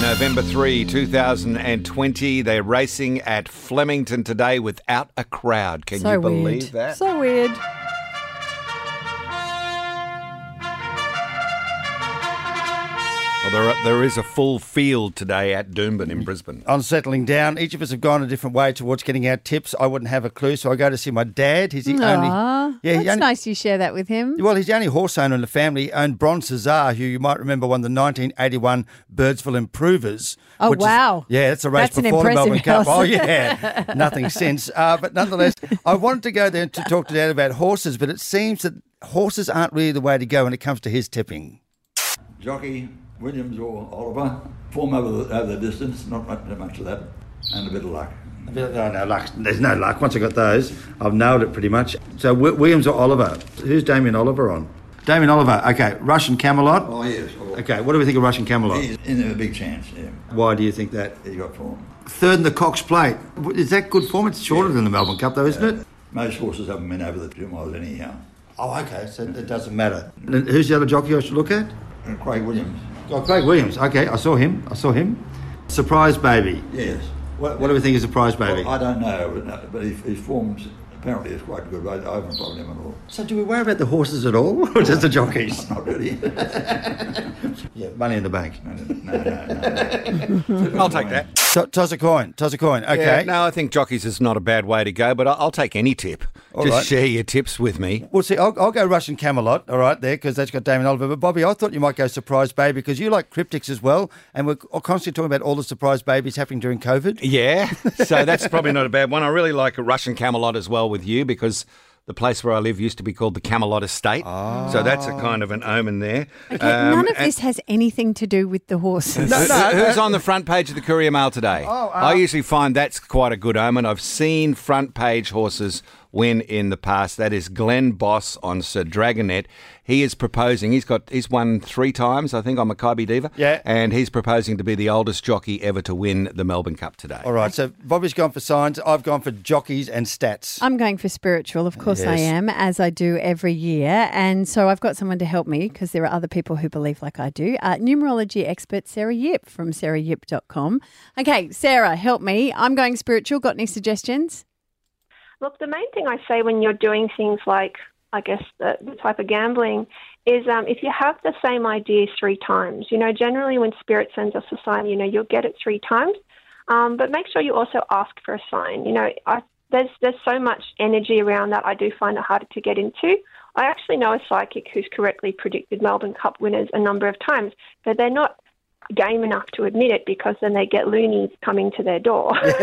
November 3, 2020. They're racing at Flemington today without a crowd. Can so you weird. believe that? So weird. Well, there, are- there is a full field today at Doomben in Brisbane. on settling down. Each of us have gone a different way towards getting our tips. I wouldn't have a clue, so I go to see my dad. He's the Aw, only, yeah, that's he only, nice you share that with him. Well, he's the only horse owner in the family. He owned Bron Cesar, who you might remember won the 1981 Birdsville Improvers. Oh, which is- wow. yeah, that's a race That's an before the impressive Melbourne Cup. house. Oh, yeah. Nothing since. Uh, but nonetheless, I wanted to go there to talk to Dad about horses, but it seems that horses aren't really the way to go when it comes to his tipping. jockey Williams or Oliver. Form over the, over the distance, not much, not much of that, and a bit of luck. oh, No, no luck. There's no luck. Once I got those, I've nailed it pretty much. So Wi- Williams or Oliver? Who's Damien Oliver on? Damien Oliver. Okay, Russian Camelot. Oh yes, oh, Okay, what do we think of Russian Camelot? he's in a big chance. Yeah, Why do you think that? he's got form. Third in the Cox Plate. W- Is that good form? It's shorter than the Melbourne Cup, though, isn't it? Most horses haven't been over the two miles anyhow. Oh, okay. So it doesn't matter. And who's the other jockey I should look at? And Craig Williams. Oh, Craig Williams. Okay, I saw him. I saw him. Surprise Baby. Yes. What, what do we think of Surprise Baby? I don't know, but- but his, his forms apparently is quite good. but I haven't followed him at all. so do we worry about the horses at all, or just the jockeys? Not really. no, Yeah, money in the bank. no, no, no. I'll take that. To- toss a coin. Toss a coin. Okay. Yeah, no, I think jockeys is not a bad way to go, but I'll, I'll take any tip. Just right. share your tips with me. Well, see, I'll, I'll go Russian Camelot, all right, there, because that's got Damon Oliver. But Bobby, I thought you might go Surprise Baby because you like cryptics as well, and we're constantly talking about all the surprise babies happening during COVID. Yeah, so that's probably not a bad one. I really like a Russian Camelot as well with you because the place where I live used to be called the Camelot Estate. So that's Ah. a kind of an omen there. Okay, Um, none of this has anything to do with the horses. Who- who's on the front page of the Courier Mail today? I usually find that's quite a good omen. I've seen front page horses win in the past. That is Glenn Boss on Sir Dragonet. He is proposing. He's got. He's won three times, I think, on Maccabi Diva. Yeah. and he's proposing to be the oldest jockey ever to win the Melbourne Cup today. All right, so Bobby's gone for signs, I've gone for jockeys and stats. I'm going for spiritual, of course I Yes. am, as I do every year. And so I've got someone to help me because there are other people who believe like I do. Uh, numerology expert Sarah Yip from sarahyip.com. Okay, Sarah, help me. I'm going spiritual. Got any suggestions? Look, the main thing I say when you're doing things like, I guess, the, the type of gambling is um, if you have the same idea three times, you know, generally when spirit sends us a sign, you know, you'll get it three times. Um, but make sure you also ask for a sign. You know, I, there's there's so much energy around that. I do find it harder to get into. I actually know a psychic who's correctly predicted Melbourne Cup winners a number of times, but they're not game enough to admit it because then they get loonies coming to their door. so,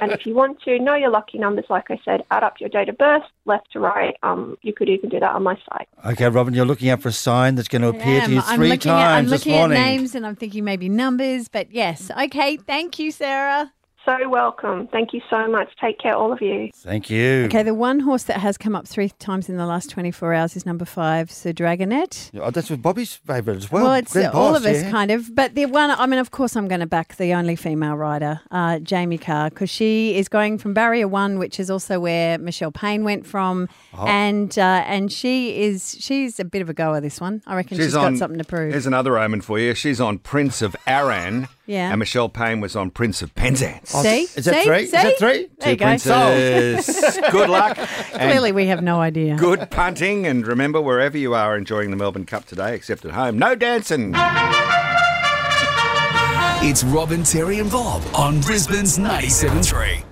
and if you want to know your lucky numbers, like I said, add up your date of birth, left to right. Um, you could even do that on my site. Okay, Robin, you're looking out for a sign that's going to appear to you I'm 3 looking, at, I'm times this looking at morning. names and I'm thinking maybe numbers, but yes. Okay, thank you, Sarah. So welcome. Thank you so much. Take care, all of you. Thank you. Okay, the one horse that has come up three times in the last 24 hours is number five, Sir Dragonet. Oh, that's with Bobby's favourite as well. Well, it's Glenn uh, all Boss, of us yeah. kind of, but the one, I mean, of course, I'm going to back the only female rider, uh, Jamie Carr, because she is going from barrier one, which is also where Michelle Payne went from, Oh. and uh, and she is she's a bit of a goer. This one, I reckon, she's got something to prove. Here's another omen for you. She's on Prince of Aran. Yeah. And Michelle Payne was on Prince of Penzance. See, is that See? three? Is See? that three? There Two you go. princes. good luck. and Clearly, we have no idea. Good punting. And remember, wherever you are enjoying the Melbourne Cup today, except at home, no dancing. It's Robin, Terry, and Bob on Brisbane's 97.3.